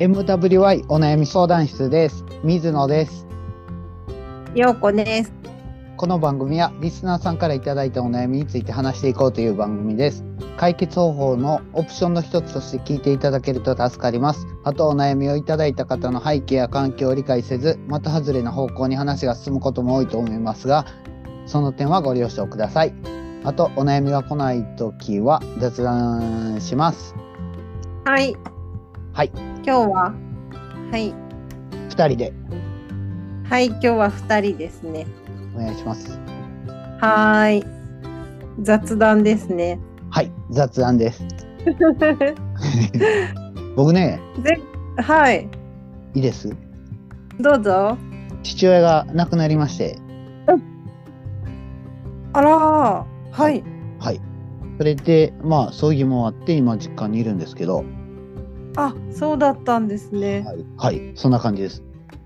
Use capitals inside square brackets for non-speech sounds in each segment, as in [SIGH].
MWI お悩み相談室です水野ですようこです。この番組はリスナーさんからいただいたお悩みについて話していこうという番組です解決方法のオプションの一つとして聞いていただけると助かりますあとお悩みをいただいた方の背景や環境を理解せず的外れな方向に話が進むことも多いと思いますがその点はご了承くださいあとお悩みが来ない時は雑談しますはい。はい今日は。はい。二人ではい、今日は二人ですね。お願いしますはーい。雑談ですね。 [LAUGHS] はい雑談です僕ねぜ、はい。いいですどうぞ。父親が亡くなりましてあらー。はい。はいそれでまあ葬儀も終わって今実家にいるんですけどあ、そうだったんですね。はい、はい、そんな感じです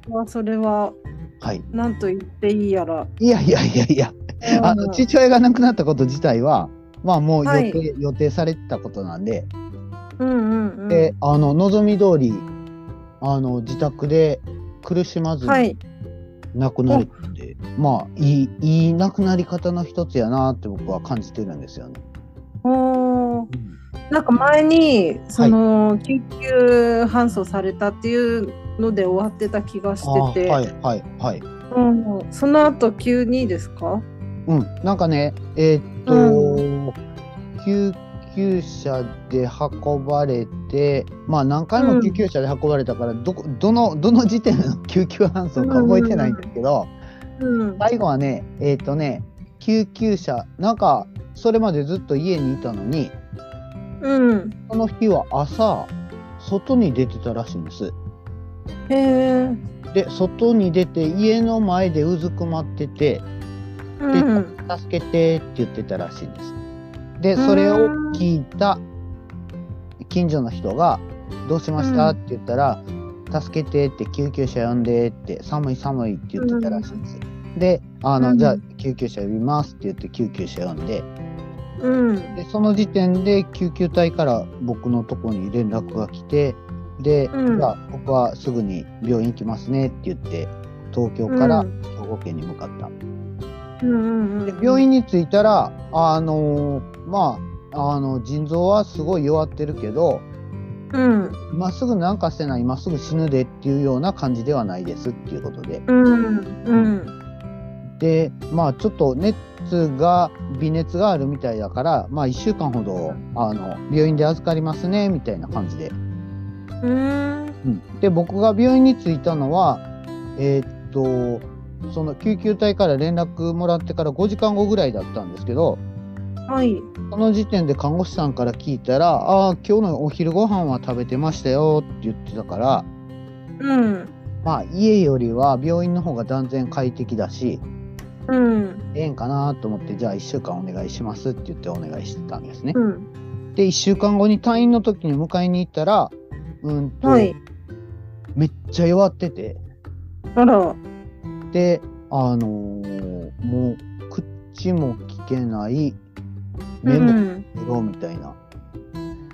まあ、それは、はいなんと言っていいやら。いやいやいやいやあの父親が亡くなったこと自体はまあもう予定,、はい予定されてたことなんで、うんうんうん。であの望み通りあの自宅で苦しまずはにい。亡くなるって、まあいいいい亡くなり方の一つやなって僕は感じてるんですよね。おーなんか前に、その、救急搬送されたっていうので終わってた気がしてて。あーはいはいはいうん、その後急にですか？うん、なんかね、えーっと、救急車で運ばれて、まあ何回も救急車で運ばれたから、どこどのどの時点の [LAUGHS] 救急搬送か覚えてないんですけど、うん。最後はね、えーっとね、救急車なんかそれまでずっと家にいたのに、うん。その日は朝外に出てたらしいんです。へえ。で、外に出て家の前でうずくまってて。うん。助けてって言ってたらしいです。で、それを聞いた近所の人が、どうしましたうって言ったら、助けてって救急車呼んでって、寒い寒いって言ってたらしいんですよ。で、あの、うんじゃあ救急車呼びますって言って救急車呼んで、うん。で、その時点で救急隊から僕のとこに連絡が来て、で、うんじゃあ僕はすぐに病院行きますねって言って、東京からうん兵庫県に向かった。うん。で病院に着いたら、あのーまあ、あの腎臓はすごい弱ってるけどうん。今すぐなんかせない今すぐ死ぬでっていうような感じではないですっていうことでうん。うん。で、まあ、ちょっと熱が微熱があるみたいだから、まあ、1週間ほどあの病院で預かりますねみたいな感じで、うん。うん、で僕が病院に着いたのはえーっとその救急隊から連絡もらってから5時間後ぐらいだったんですけど、はい。その時点で看護師さんから聞いたら「ああ今日のお昼ご飯は食べてましたよ」って言ってたからうん。まあ家よりは病院の方が断然快適だしうん。ええんかなと思ってじゃあ1週間お願いしますって言ってお願いしてたんですね。うん。で1週間後に退院の時に迎えに行ったらうんと、はい。めっちゃ弱っててあら。であのーもう口も聞けない目もうん。やろうみたいな。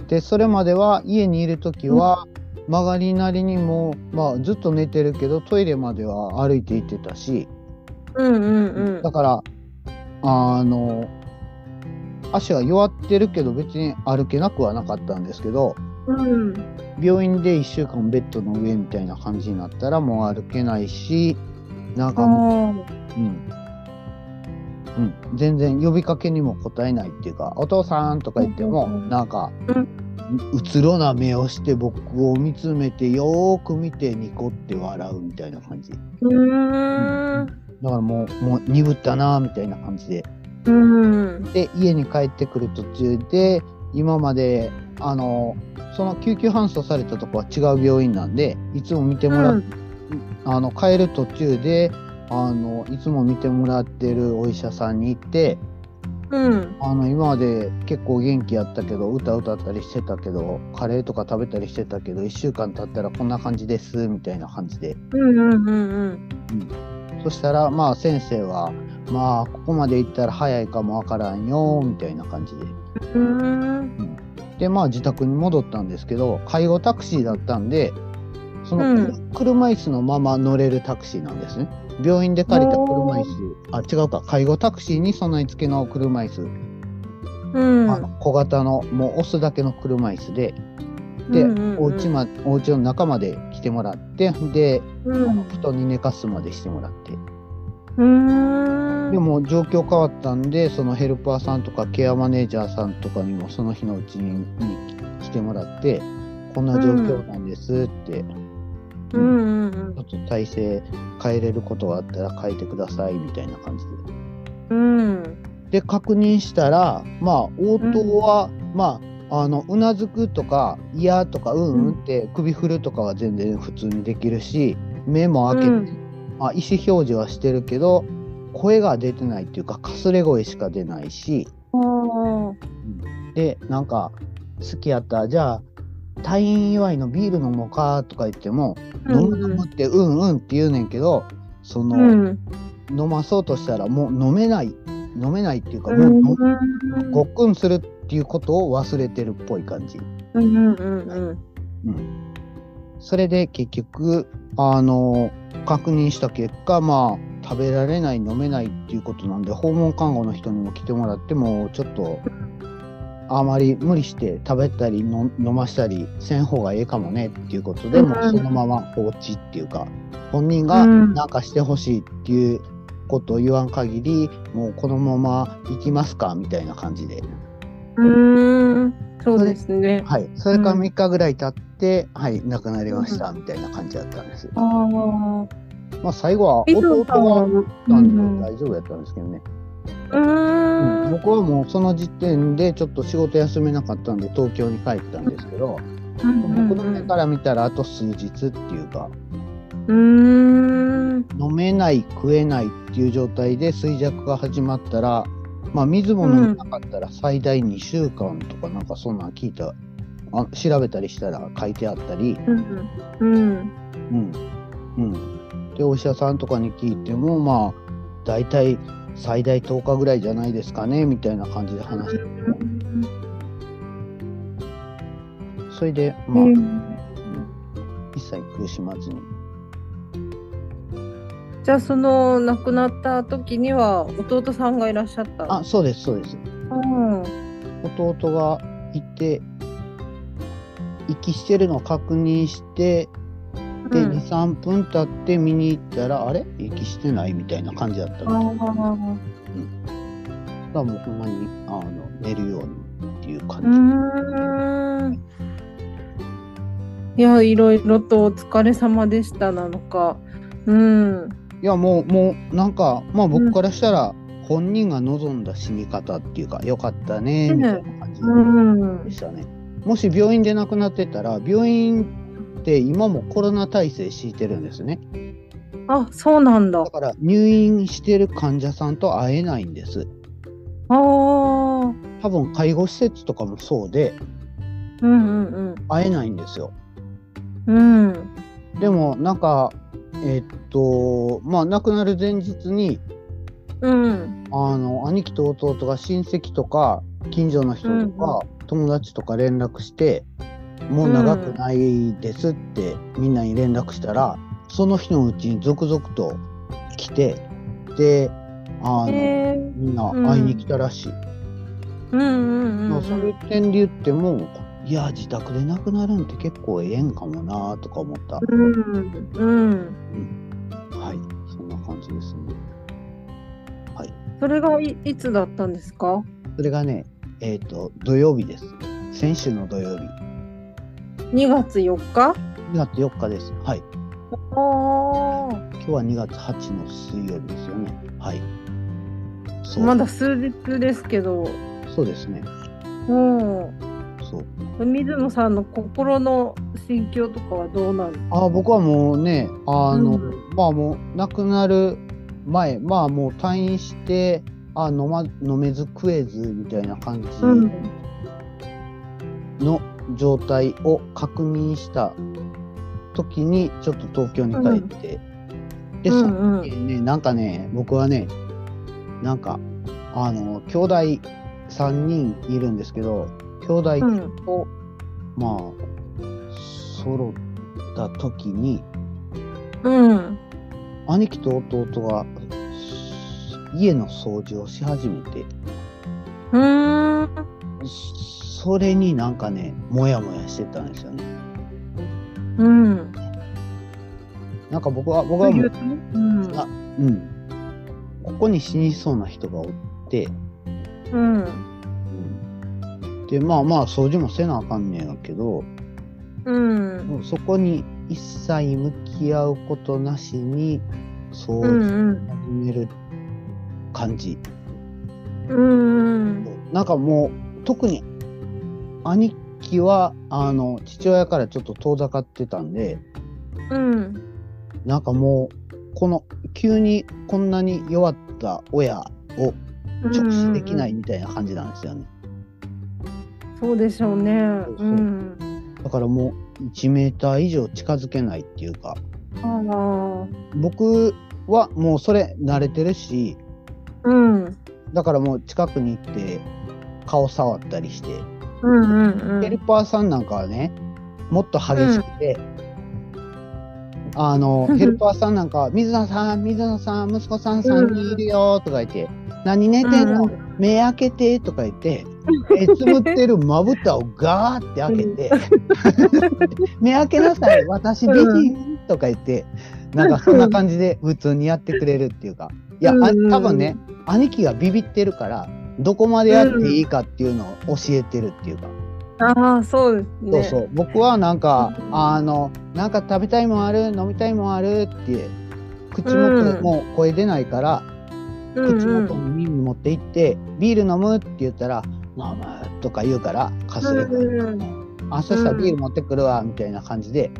でそれまでは家にいる時は曲がりなりにも、まあ、ずっと寝てるけどトイレまでは歩いて行ってたしうんうんだからあの足は弱ってるけど別に歩けなくはなかったんですけどうん。病院で1週間ベッドの上みたいな感じになったらもう歩けないしなんかもうん。う、うんうん、全然呼びかけにも応えないっていうか「お父さん」とか言ってもうんうんうんなんかううつろな目をして僕を見つめてよーく見てニコって笑うみたいな感じだかうん。らもうもう鈍ったなーみたいな感じでうん。で家に帰ってくる途中で今まであのその救急搬送されたとこは違う病院なんでいつも見てもらっあの帰る途中であのいつも見てもらってるお医者さんに行ってうん。あの今まで結構元気やったけど歌歌ったりしてたけどカレーとか食べたりしてたけど1週間経ったらこんな感じですみたいな感じでうんうんうんそしたらまあ先生はまあここまで行ったら早いかもわからんよみたいな感じでうん。でまあ自宅に戻ったんですけど介護タクシーだったんでその車椅子のまま乗れるタクシーなんですね。病院で借りた車椅子、あ、違うか、介護タクシーに備え付けの車椅子、うんあの小型のもう押すだけの車椅子で、で、うんうんうんお家まお家の中まで来てもらって、で、うん布団に寝かすまでしてもらって。うーんでも状況変わったんでそのヘルパーさんとかケアマネージャーさんとかにもその日のうちに来てもらってこんな状況なんですって、うんちうんょっと体制変えれることがあったら変えてくださいみたいな感じうんで。で確認したらまあ応答は、まああのうなずくとか「いや」とか「うんうん」って首振るとかは全然普通にできるし目も開けて、うんまあ、意思表示はしてるけど声が出てないっていうかかすれ声しか出ないし。おーでなんか好きやったじゃあ退院祝いのビール飲もうかとか言っても、飲む飲むってうんうんって言うねんけどその、うん飲まそうとしたらもう飲めない飲めないっていうか、うんうんもうごっくんするっていうことを忘れてるっぽい感じ。うんうんうんうん、それで結局あの確認した結果まあ食べられない飲めないっていうことなんで訪問看護の人にも来てもらってもちょっとあまり無理して食べたりの飲ましたりせん方がええかもねっていうことでうんもうそのまま放置っていうか本人うがんなんかしてほしいっていうことを言わん限りもうこのまま行きますかみたいな感じで。うんうんそうですねはい、それからうん3日ぐらい経って、はい、亡くなりましたみたいな感じだったんです。ああまあ、最後は伊藤弟さんがはあっうたんんで大丈夫やったんですけどね、うん僕はもうその時点でちょっと仕事休めなかったんで東京に帰ってたんですけど、僕の目から見たらあと数日っていうかうん飲めない食えないっていう状態で衰弱が始まったら、まあ、水も飲めなかったら最大2週間とかなんかそんなん聞いたあ調べたりしたら書いてあったり。うんううんんうん、でお医者さんとかに聞いてもまあ大体最大10日ぐらいじゃないですかねみたいな感じで話してそれでまあ、うん一切苦しまずにじゃあその亡くなった時には弟さんがいらっしゃったあそうですそうですうん弟がいて息してるのを確認してでうん23分経って見に行ったら、あれ息してないみたいな感じだったあのだかーらもうほんまにあの寝るようにっていうう感じ、ーんいやいろいろとお疲れ様でしたなのかうんいやもうもうなんかまあ僕からしたら本人が望んだ死に方っていうか良かったねうんみたいな感じうんでしたね。もし病院で亡くなってたら病院って今もコロナ体制敷いてるんですねあそうなんだだから入院してる患者さんと会えないんですあー多分介護施設とかもそうでうんうん会えないんですようんうんでもなんかえっとまあ亡くなる前日にうんあの兄貴と弟が親戚とか近所の人とか、友達とか連絡して「もう長くないです」ってみんなに連絡したら、その日のうちに続々と来てであの、えみんな会いに来たらしい、うんうんうんうまあんそういう点で言ってもいや自宅で亡くなるんって結構ええんかもなとか思った、うんうんはいそんな感じですねそれがいいつだったんですかそれがねえっ、と土曜日です先週の土曜日2月4日2月4日ですはいあ今日は2月8の水曜日ですよね。はい。そあうまだ数日ですけどそうですね。うんそう。水野さんの心の心境とかはどうなるあー僕はもうね、あの、うんまあもう亡くなる前、まあもう退院して、あー飲ま飲めず食えずみたいな感じうんの状態を確認した時にちょっと東京に帰って、でうそのんう時んねなんかね僕はねなんかあの兄弟3人いるんですけど兄弟うんを、まあ、ソロった時にうん。兄貴と弟が家の掃除をし始めてうーん。それになんかねモヤモヤしてたんですよねうん。なんか僕は僕とはいうもうとうん。あうんここに死にそうな人がおって、うん。うん、でまあまあ掃除もせなあかんねやけどうん。もうそこに一切向き合うことなしに掃う除ん。始める感じ、うん。なんかもう特に兄貴はあの父親からちょっと遠ざかってたんでうん。なんかもうこの急にこんなに弱った親を直視できないみたいな感じなんですよね、そうでしょうね。そうう。そうんだからもう1メーター以上近づけないっていうかああ。僕はもうそれ慣れてるしうん。うんだからもう近くに行って顔触ったりして、うんうヘルん。パーさんなんかはねもっと激しくて、あのヘルパーさんなんかは「水野さん水野さん息子さん3人いるよ」とか言って「何寝てんの、うん目開けて」とか言って目つぶってるまぶたをガーって開けて [LAUGHS] 「目開けなさい私美人」とか言ってなんかそんな感じで普通にやってくれるっていうかいやあうん多分ね兄貴がビビってるからどこまでやっていいかっていうのを教えてるっていうか。ああ、そうですそうそね。う、僕はなんか、うんあの、なんか食べたいもんある、飲みたいもんあるって。口元、うんもう声出ないから、口元に耳持って行って、ビール飲むって言ったら。飲むとか言うから、かすれが、うんあ、そしたらビール持ってくるわみたいな感じで、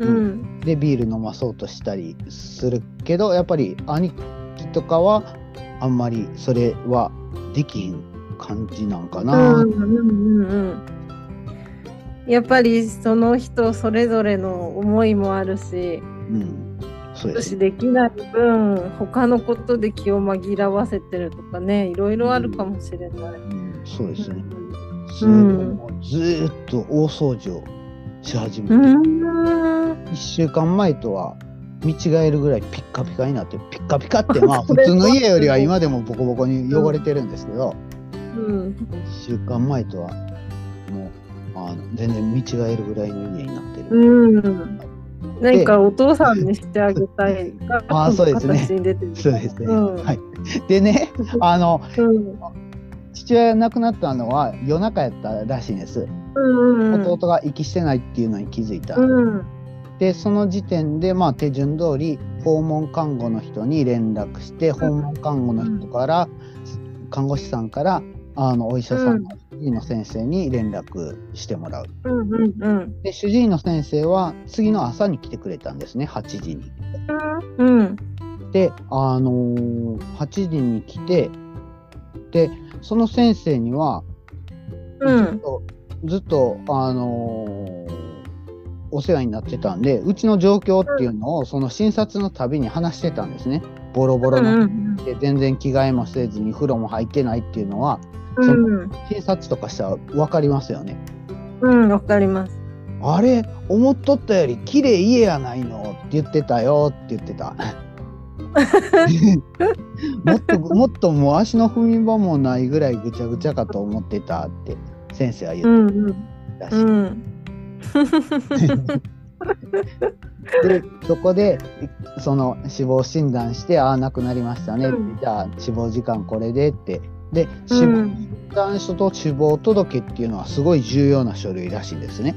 うん。で、ビール飲まそうとしたりするけど、やっぱり兄貴とかは。あんまりそれはできひん感じなんかうな。んうんうんやっぱりその人それぞれの思いもあるしうん、そうです私ね。できない分他のことで気を紛らわせてるとかねいろいろあるかもしれない。うん、そうですね。ず,、うんもうずーっと大掃除をし始めて、う一ん1週間前とは見違えるぐらいピッカピカになってピッカピカって [LAUGHS] まあそ普れ通の家よりは今でもボコボコに汚れてるんですけど、うん1週間前とはもうあの全然見違えるぐらいの家になってる、うんなんかお父さんにしてあげたいがあーそうですね形に出てるそうですね、うんはいで [LAUGHS] ねあのうん父親が亡くなったのは夜中やったらしいんです、うんうん弟が息してないっていうのに気づいた、うんでその時点でまあ手順通り訪問看護の人に連絡して訪問看護の人から、看護師さんからあのお医者さんの主治医の先生に連絡してもらう。うんうんうんで主治医の先生は次の朝に来てくれたんですね8時に。うんであのー8時に来てでその先生にはうずっんと,、ずっとあのーお世話になってたんでうちの状況っていうのをその診察のたびに話してたんですねボロボロうのんで全然着替えもせずに風呂も入ってないっていうのはうん診察とかしたら分かりますよねうんわかりますあれ思っとったより綺麗家やないのって言ってたよって言って [LAUGHS] たもっともっともう足の踏み場もないぐらいぐちゃぐちゃかと思ってたって先生はう言んうんってたし、うん [LAUGHS] でそこでその死亡診断してああ亡くなりましたね、うんじゃあ死亡時間これでってで死う亡ん診断書と死亡届っていうのはすごい重要な書類らしいんですね、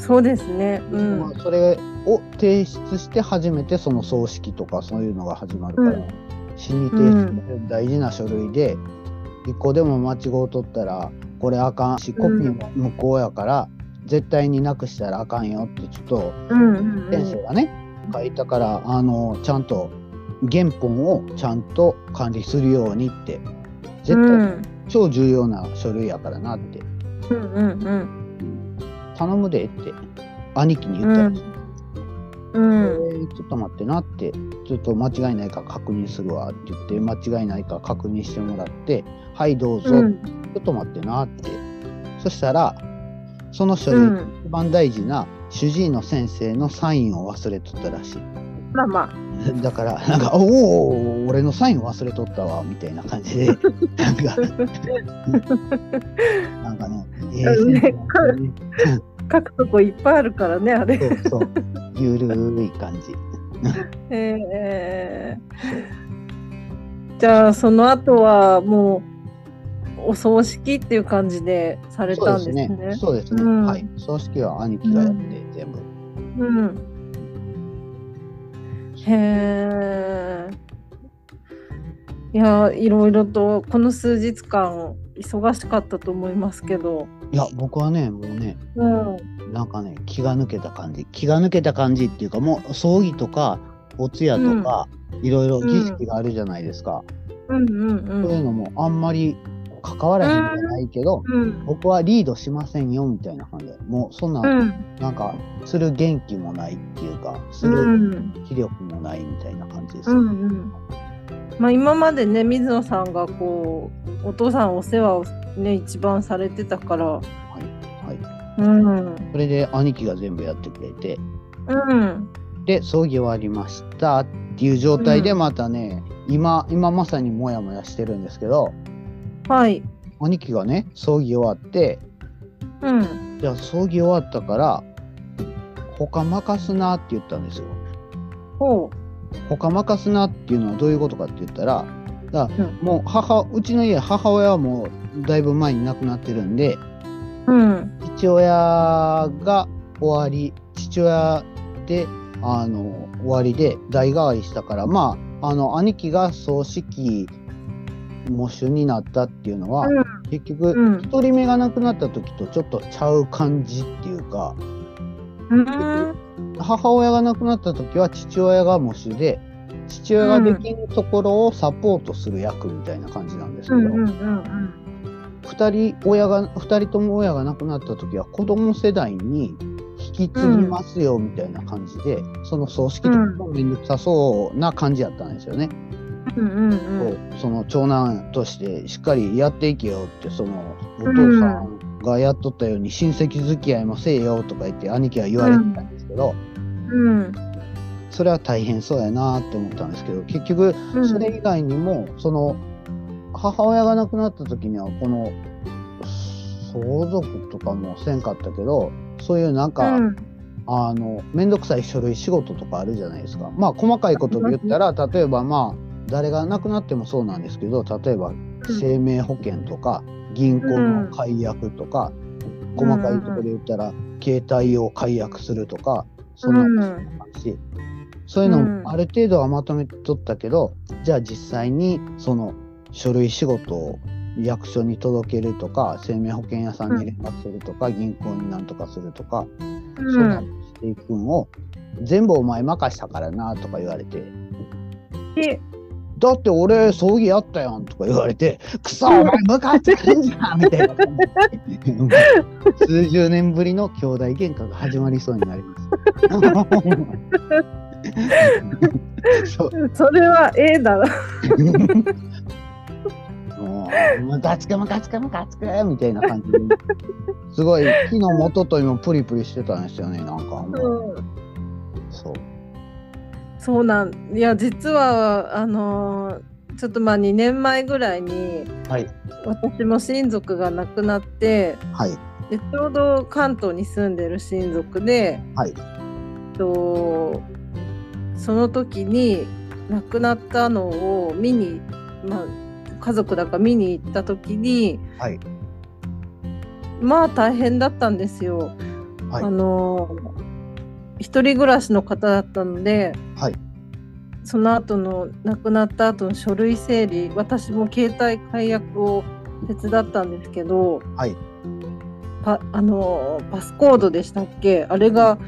そうですねうんまあそれを提出して初めてその葬式とかそういうのが始まるから、うん死に提出する大事な書類で一個でも間違うとったらこれあかんしコピーも無効やから、絶対になくしたらあかんよってちょっとうんうん先生がね、書いたからあのちゃんと原本をちゃんと管理するようにって絶う対ん超重要な書類やからなって、うんうん頼むでって兄貴に言ったらしい、うんうんえーちょっと待ってなってちょっと間違いないか確認するわって言って間違いないか確認してもらってはいどうぞ、うちんょっと待ってなってそしたらその書類、うん一番大事な主治医の先生のサインを忘れとったらしい。まあまあ、 [LAUGHS] だから、なんか、おお、俺のサイン忘れとったわ、みたいな感 [LAUGHS] じで、なんか、なんかね、えうんー書くとこいっぱいあるからね、あれ。そうそう、ゆるい感じ。えーじゃあ、その後はもう、お葬式っていう感じでされたんですね。そうですね。うんはい。葬式は兄貴がやって、全部。うん。へえ。いや、いろいろと、この数日間、忙しかったと思いますけど。いや、僕はね、もうね、うん。なんかね、気が抜けた感じ。気が抜けた感じっていうか、もう葬儀とか、お通夜とか、いろいろ儀式があるじゃないですか。うんうんう。そういうんのもあんまり関わらへんじゃないけど、うん。僕はリードしませんよみたいな感じでもうそんな、ん、うん。なんかする元気もないっていうかすうるん。気力もないみたいな感じです、うんうん。まあ、今までね、水野さんがこう、お父さんお世話をね、一番されてたから。はいはい、うん。それで兄貴が全部やってくれてうん。で葬儀終わりましたっていう状態でうんまたね、今今まさにモヤモヤしてるんですけどはい。兄貴がね葬儀終わってうん。じゃあ葬儀終わったから他任すなって言ったんですよほ他任すなっていうのはどういうことかって言ったらだからうんもう母うちの家母親はもうだいぶ前に亡くなってるんでう。うん。父親が終わり父親であの終わりで代替わりしたからまああの兄貴が葬式喪主になったっていうのは、う結局うん。一人目が亡くなった時とちょっとちゃう感じっていうかうん。母親が亡くなった時は父親が喪主で父親ができるところをサポートする役みたいな感じなんですけうど、んうんうん2人親が二人とも親が亡くなった時は子供世代に引き継ぎますよみたいな感じで、その葬式とかも面倒くさそうな感じやったんですよね。うんうんうんうんこうその長男としてしっかりやっていけよってそのお父さんがやっとったように親戚付き合いもせえよとか言って兄貴は言われてたんですけど、うんそれは大変そうやなって思ったんですけど結局うんそれ以外にもその母親が亡くなった時にはこの相続とかもせんかったけどそういうなんか、うんあの面倒くさい書類仕事とかあるじゃないですかまあ細かいことで言ったら例えばまあ誰が亡くなってもそうなんですけど例えば生命保険とか銀行の解約とか、細かいところで言ったら携帯を解約するとかそんなうんしそういうのうんもある程度はまとめとったけど、じゃあ実際にその書類仕事を役所に届けるとか生命保険屋さんに連絡するとか、銀行になんとかするとか、うそうなのんしていくんを全部お前任したからなとか言われて。でだって俺葬儀やったやんとか言われ [LAUGHS] て「くそお前昔ってくんじゃん」みたいな感じで [LAUGHS] もう数十年ぶりの兄弟喧嘩が始まりそうになります [LAUGHS] そう [LAUGHS] それは A だろもうムカつくムカつくムカつくみたいな感じですごい昨日もとといもプリプリしてたんですよねなんかもうそうそうなんいや実はあのーちょっとまあ2年前ぐらいにはい私も親族が亡くなってはいでちょうど関東に住んでる親族で、はいとその時に亡くなったのを見に、まあ、家族だから見に行った時に、はいまあ大変だったんですよ。はいあの一人暮らしの方だったので、はいその後の亡くなった後の書類整理私も携帯解約を手伝ったんですけど、はいパあのパスコードでしたっけあれが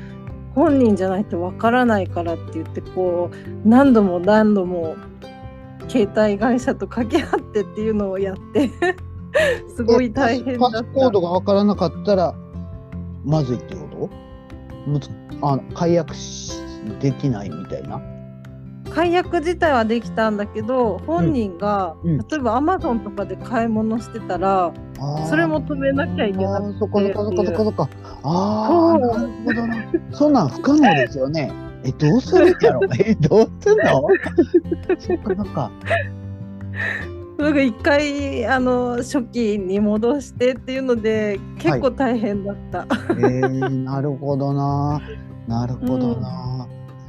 本人じゃないとわからないからって言ってこう何度も何度も携帯会社と掛け合ってっていうのをやって [LAUGHS] すごい大変だパったスコードが分からなかったらまずいってことむつあの解約しできないみたいな解約自体はできたんだけど本人が、うんうん例えばアマゾンとかで買い物してたら、あーそれも止めなきゃいけなくてあーそこそこそこそこそこ。ああ、なそるほどな。そんなん不可能ですよね。え、どうするん [LAUGHS] やろえ、どうすんのそっかそっか。なんか一回あの初期に戻してっていうので結構大変だった、 [LAUGHS] えー、なるほどな。なるほどな。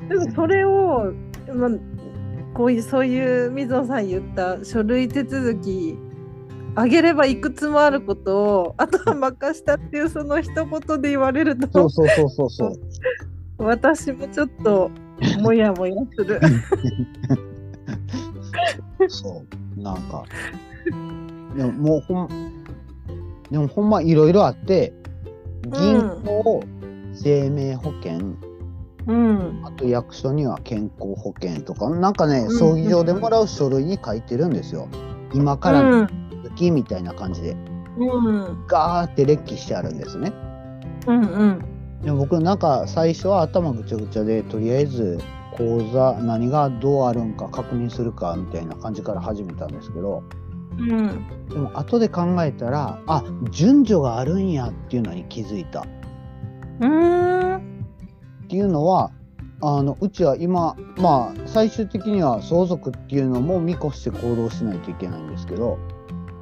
でもそれを、まあ、こういうそういう水野さん言った書類手続きあげればいくつもあることをあとは任したっていうその一言で言われるそとうそうそうそうそう。私もちょっともやもや [LAUGHS] するそう、なんか。でも、もうほん。でも、ほんまいろいろあって。銀行、生命保険、うんあと役所には健康保険とか、なんかねう、ん葬儀場でもらう書類に書いてるんですよ。今からうのん続きみたいな感じで、うんガーって列記してあるんですね。うんうんでも僕なんか最初は頭ぐちゃぐちゃで、とりあえず口座何がどうあるんか確認するかみたいな感じから始めたんですけど、うんでも後で考えたらあ順序があるんやっていうのに気づいたっうんていうのはあのうちは今まあ最終的には相続っていうのも見越して行動しないといけないんですけど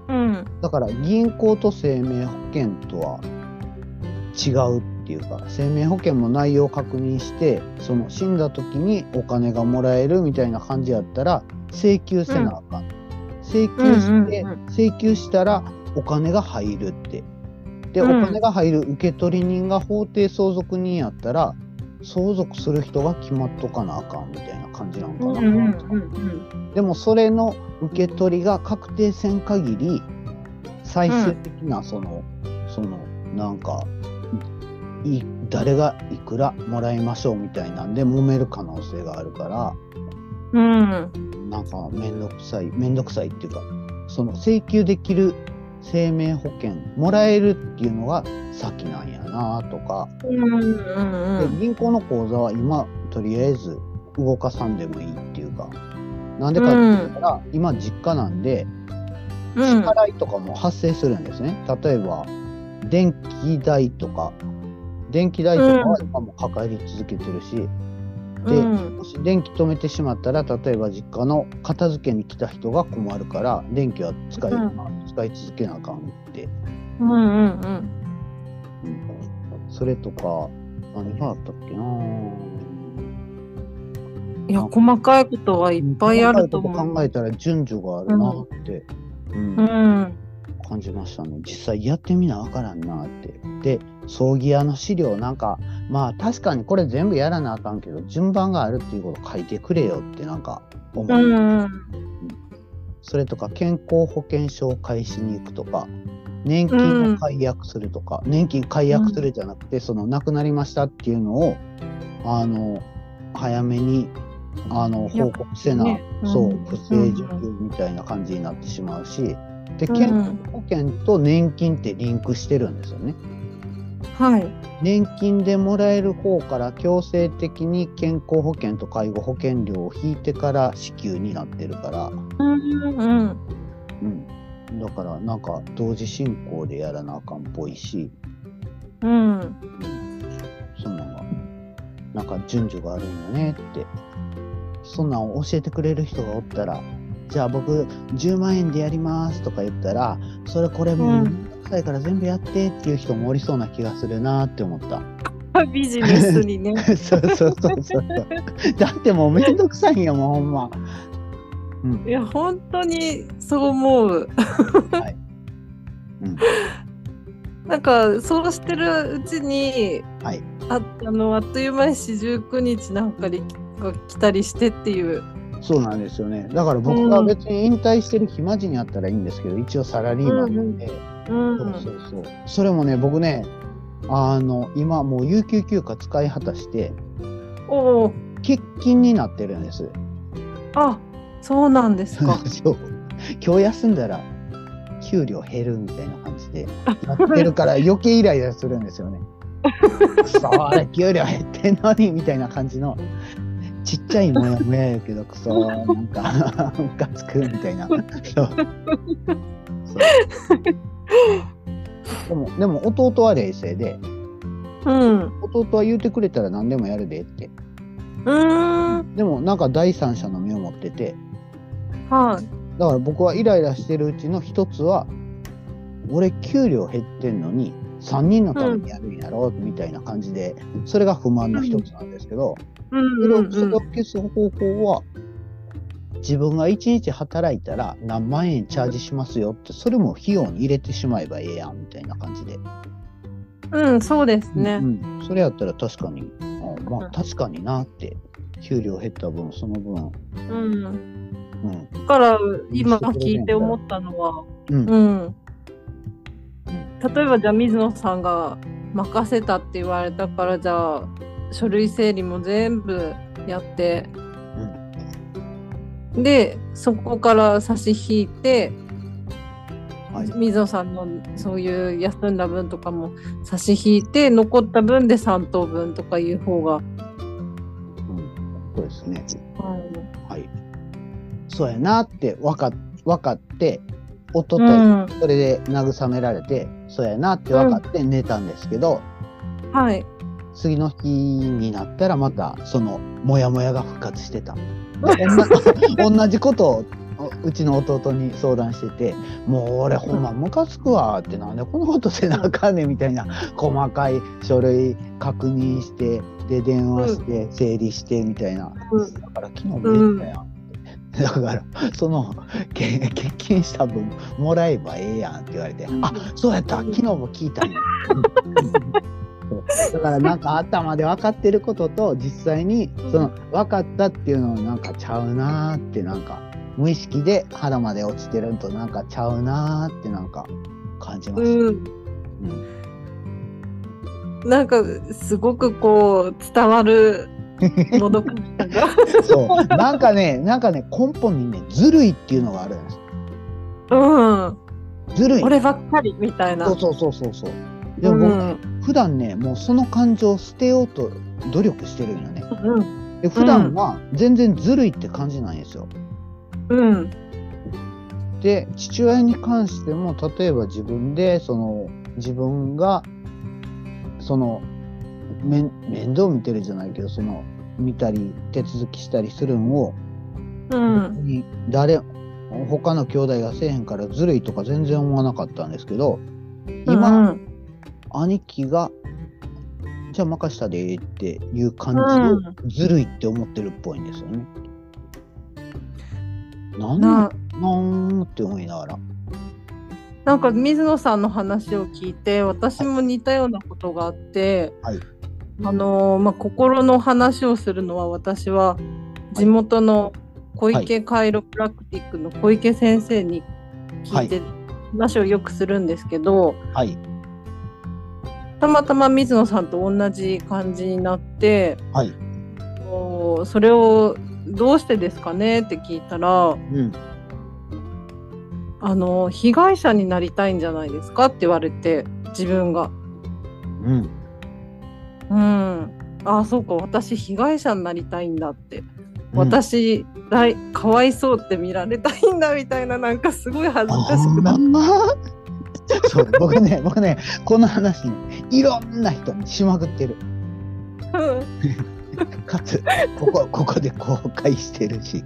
うんだから銀行と生命保険とは違うっていうか生命保険も内容を確認してその死んだ時にお金がもらえるみたいな感じやったら請求せなあかん、請求して、うんうん請求したらお金が入るってで、うんお金が入る受取人が法定相続人やったら相続する人が決まっとかなあかんみたいな感じなんかうな、んうんうんでもそれの受け取りが確定せん限り最終的なその、そのなんかい誰がいくらもらいましょうみたいなんで揉める可能性があるからうんなんかめんどくさいめんどくさいっていうかその請求できる生命保険もらえるっていうのが先なんやなとか、うんうんうでん銀行の口座は今とりあえず動かさんでもいいっていうかなんでかって言ったら、今実家なんで支うん払いとかも発生するんですね、例えば電気代とか電気代とかは今も抱えり続けてるし、でうんもし電気止めてしまったら例えば実家の片付けに来た人が困るから電気は使い,、うんまあ使い続けなあかんって、うんうんうんうんそれとか何があったっけなぁいや細かいことはいっぱいあると思う。考えたら順序があるなって、うんうん、感じましたね実際やってみなわからんなってで葬儀屋の資料なんかまあ確かにこれ全部やらなあかんけど順番があるっていうこと書いてくれよってなんか思うう、ん、それとか健康保険証を返しに行くとか年金を解約するとか、年金解約するじゃなくて、その亡くなりましたっていうのをあの早めにあのいや報告せな、ねうんそう不正受給みたいな感じになってしまうし、でうん健康保険と年金ってリンクしてるんですよね。はい、年金でもらえる方から強制的に健康保険と介護保険料を引いてから支給になってるから。うんうんうん、だからなんか同時進行でやらなあかんっぽいしうん、そんなんがなんか順序があるんよねってそんなんを教えてくれる人がおったらじゃあ僕10万円でやりますとか言ったらそれこれもうめんどくさいから全部やってっていう人もおりそうな気がするなって思った。 [LAUGHS] ビジネスにね。そうそうそうそうそう。だってもうめんどくさいんやもんほんま。うんいや本当にそう思う。うんなんかそうしてるうちに、はいああのあっという間に四十九日なんかにが来たりしてっていう。そうなんですよね。だから僕が別に引退してる暇人やったらいいんですけど、一応サラリーマンなんで、うん、そうそうそう。それもね、僕ね、あの、今もう有給休暇使い果たして、おお、欠勤になってるんです。。あ、そうなんですか [LAUGHS] そう今日休んだら、給料減るみたいな感じで、なってるから余計イライラす [LAUGHS] るんですよね。くそあれ給料減ってんのにみたいな感じのちっちゃいもやもややけど、くそー、なんか、 [LAUGHS] ムカつくみたいな。そう。そうでも、でも弟は冷静で、うん。弟は言うてくれたら何でもやるでって。うーん。でも、なんか第三者の目を持ってて、はい。だから僕はイライラしてるうちの一つは、俺給料減ってんのに、3人のためにやるんやろ、みたいな感じで、それが不満の一つなんですけど、うんそれうをんそれうをん。消す方法は自分が1日働いたら何万円チャージしますよってそれも費用に入れてしまえばええやんみたいな感じで、うん、そうですね。うんうんそれやったら確かにあまあ確かになって給料減った分その分うん。うんだから今聞いて思ったのは、うんうん。例えばじゃあ水野さんが任せたって言われたからじゃあ書類整理も全部やって、でそこから差し引いて、はい水野さんのそういう休んだ分とかも差し引いて残った分で3等分とかいう方が、うんそうですねうはいそうやなって分か分かっておとといん、それで慰められてそうやなって分かって寝たんですけど、はい次の日になったらまたそのモヤモヤが復活して [LAUGHS] た同じ同じことをうちの弟に相談してて「もう俺ほんまムカつくわ」ってなんでこんなことせなあかんねんみたいな細かい書類確認してで電話して整理してみたいな、うんだから昨日見えたやん、だからそのけ [LAUGHS] 欠勤した分もらえばええやんって言われて「あそうやった昨日も聞いたんや」だからなんか頭で分かってることと実際にその分かったっていうのをなんかちゃうなーってなんか無意識で肌まで落ちてるのとなんかちゃうなーってなんか感じました。うんうんなんかすごくこう伝わるもどかしさ [LAUGHS] がそうなんかねなんかね根本にねずるいっていうのがあるんです。うんずるい。俺ばっかりみたいなそうそうそうそうそう。でも僕、うん普段ねもうその感情を捨てようと努力してるんよね。うんで普段は全然ずるいって感じないんですよ。うんで父親に関しても例えば自分でその自分がその面面倒見てるじゃないけどその見たり手続きしたりするんを、うんに誰他の兄弟がせえへんからずるいとか全然思わなかったんですけど今、うん兄貴が「じゃあ任したで」っていう感うじをずるいって思ってるっぽいんですよね。なんななんって思いながら。なんか水野さんの話を聞いて私も似たようなことがあって、はいあのーまあ、心の話をするのは私は地元の小池カイロプラクティックの小池先生に聞いて話をよくするんですけど、はいたまたま水野さんと同じ感じになって、はいこうそれをどうしてですかねって聞いたらうんあの被害者になりたいんじゃないですかって言われて自分がうんうんああそうか私被害者になりたいんだって、私だいかわいそうって見られたいんだみたいななんかすごい恥ずかしくなあっんま [LAUGHS] そう僕ね僕ねこの話ねいろんな人にしまくってるかつここここで公開してるし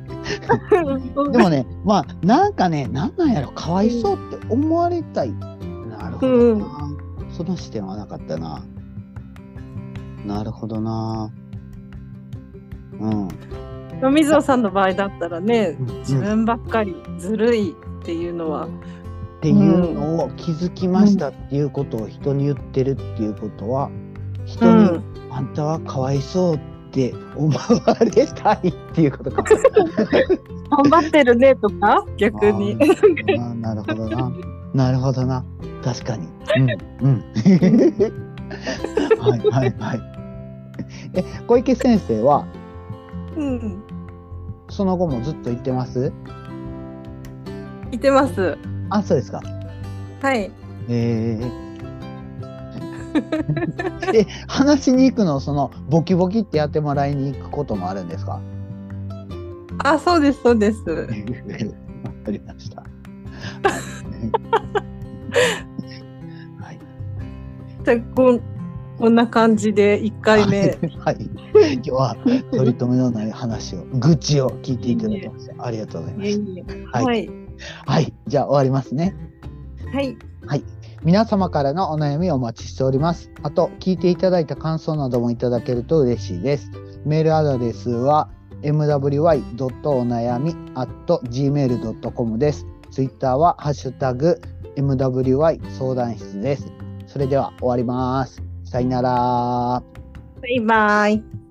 でもねまあなんかねなんなんやろかわいそうって思われたい、なるほどな、その視点はなかったななるほどなうんた水野さんの場合だったらね自うんっ分ばっかりずるいっていうのは、ていうのを気づきましたっていうことを人に言ってるっていうことは人うに、ん、あんたはかわいそうって思われたいっていうことか。頑張ってるねとか逆にあーなるほどな。なるほどな。確かに。うん。 [LAUGHS] うん。はいはいはい。え、小池先生は [LAUGHS] うんその後もずっと言ってますいてますあ、そうですか。はいえええ、話しに行くの、そのボキボキってやってもらいに行くこともあるんですか。あ、そうです、そうです。わかりました。はい。じゃあこんこんな感じで1回目。はい。今日は取り留めのない話を、愚痴を聞いていただきまして、ありがとうございましは、はいいはい、た。はい、じゃあ終わりますね。はい、皆様からのお悩みをお待ちしております。あと、聞いていただいた感想などもいただけると嬉しいです。メールアドレスは mwy.onayami.gmail.com です。ツイッターはハッシュタグ mwy 相談室です。それでは終わります。さよなら。バイバイ。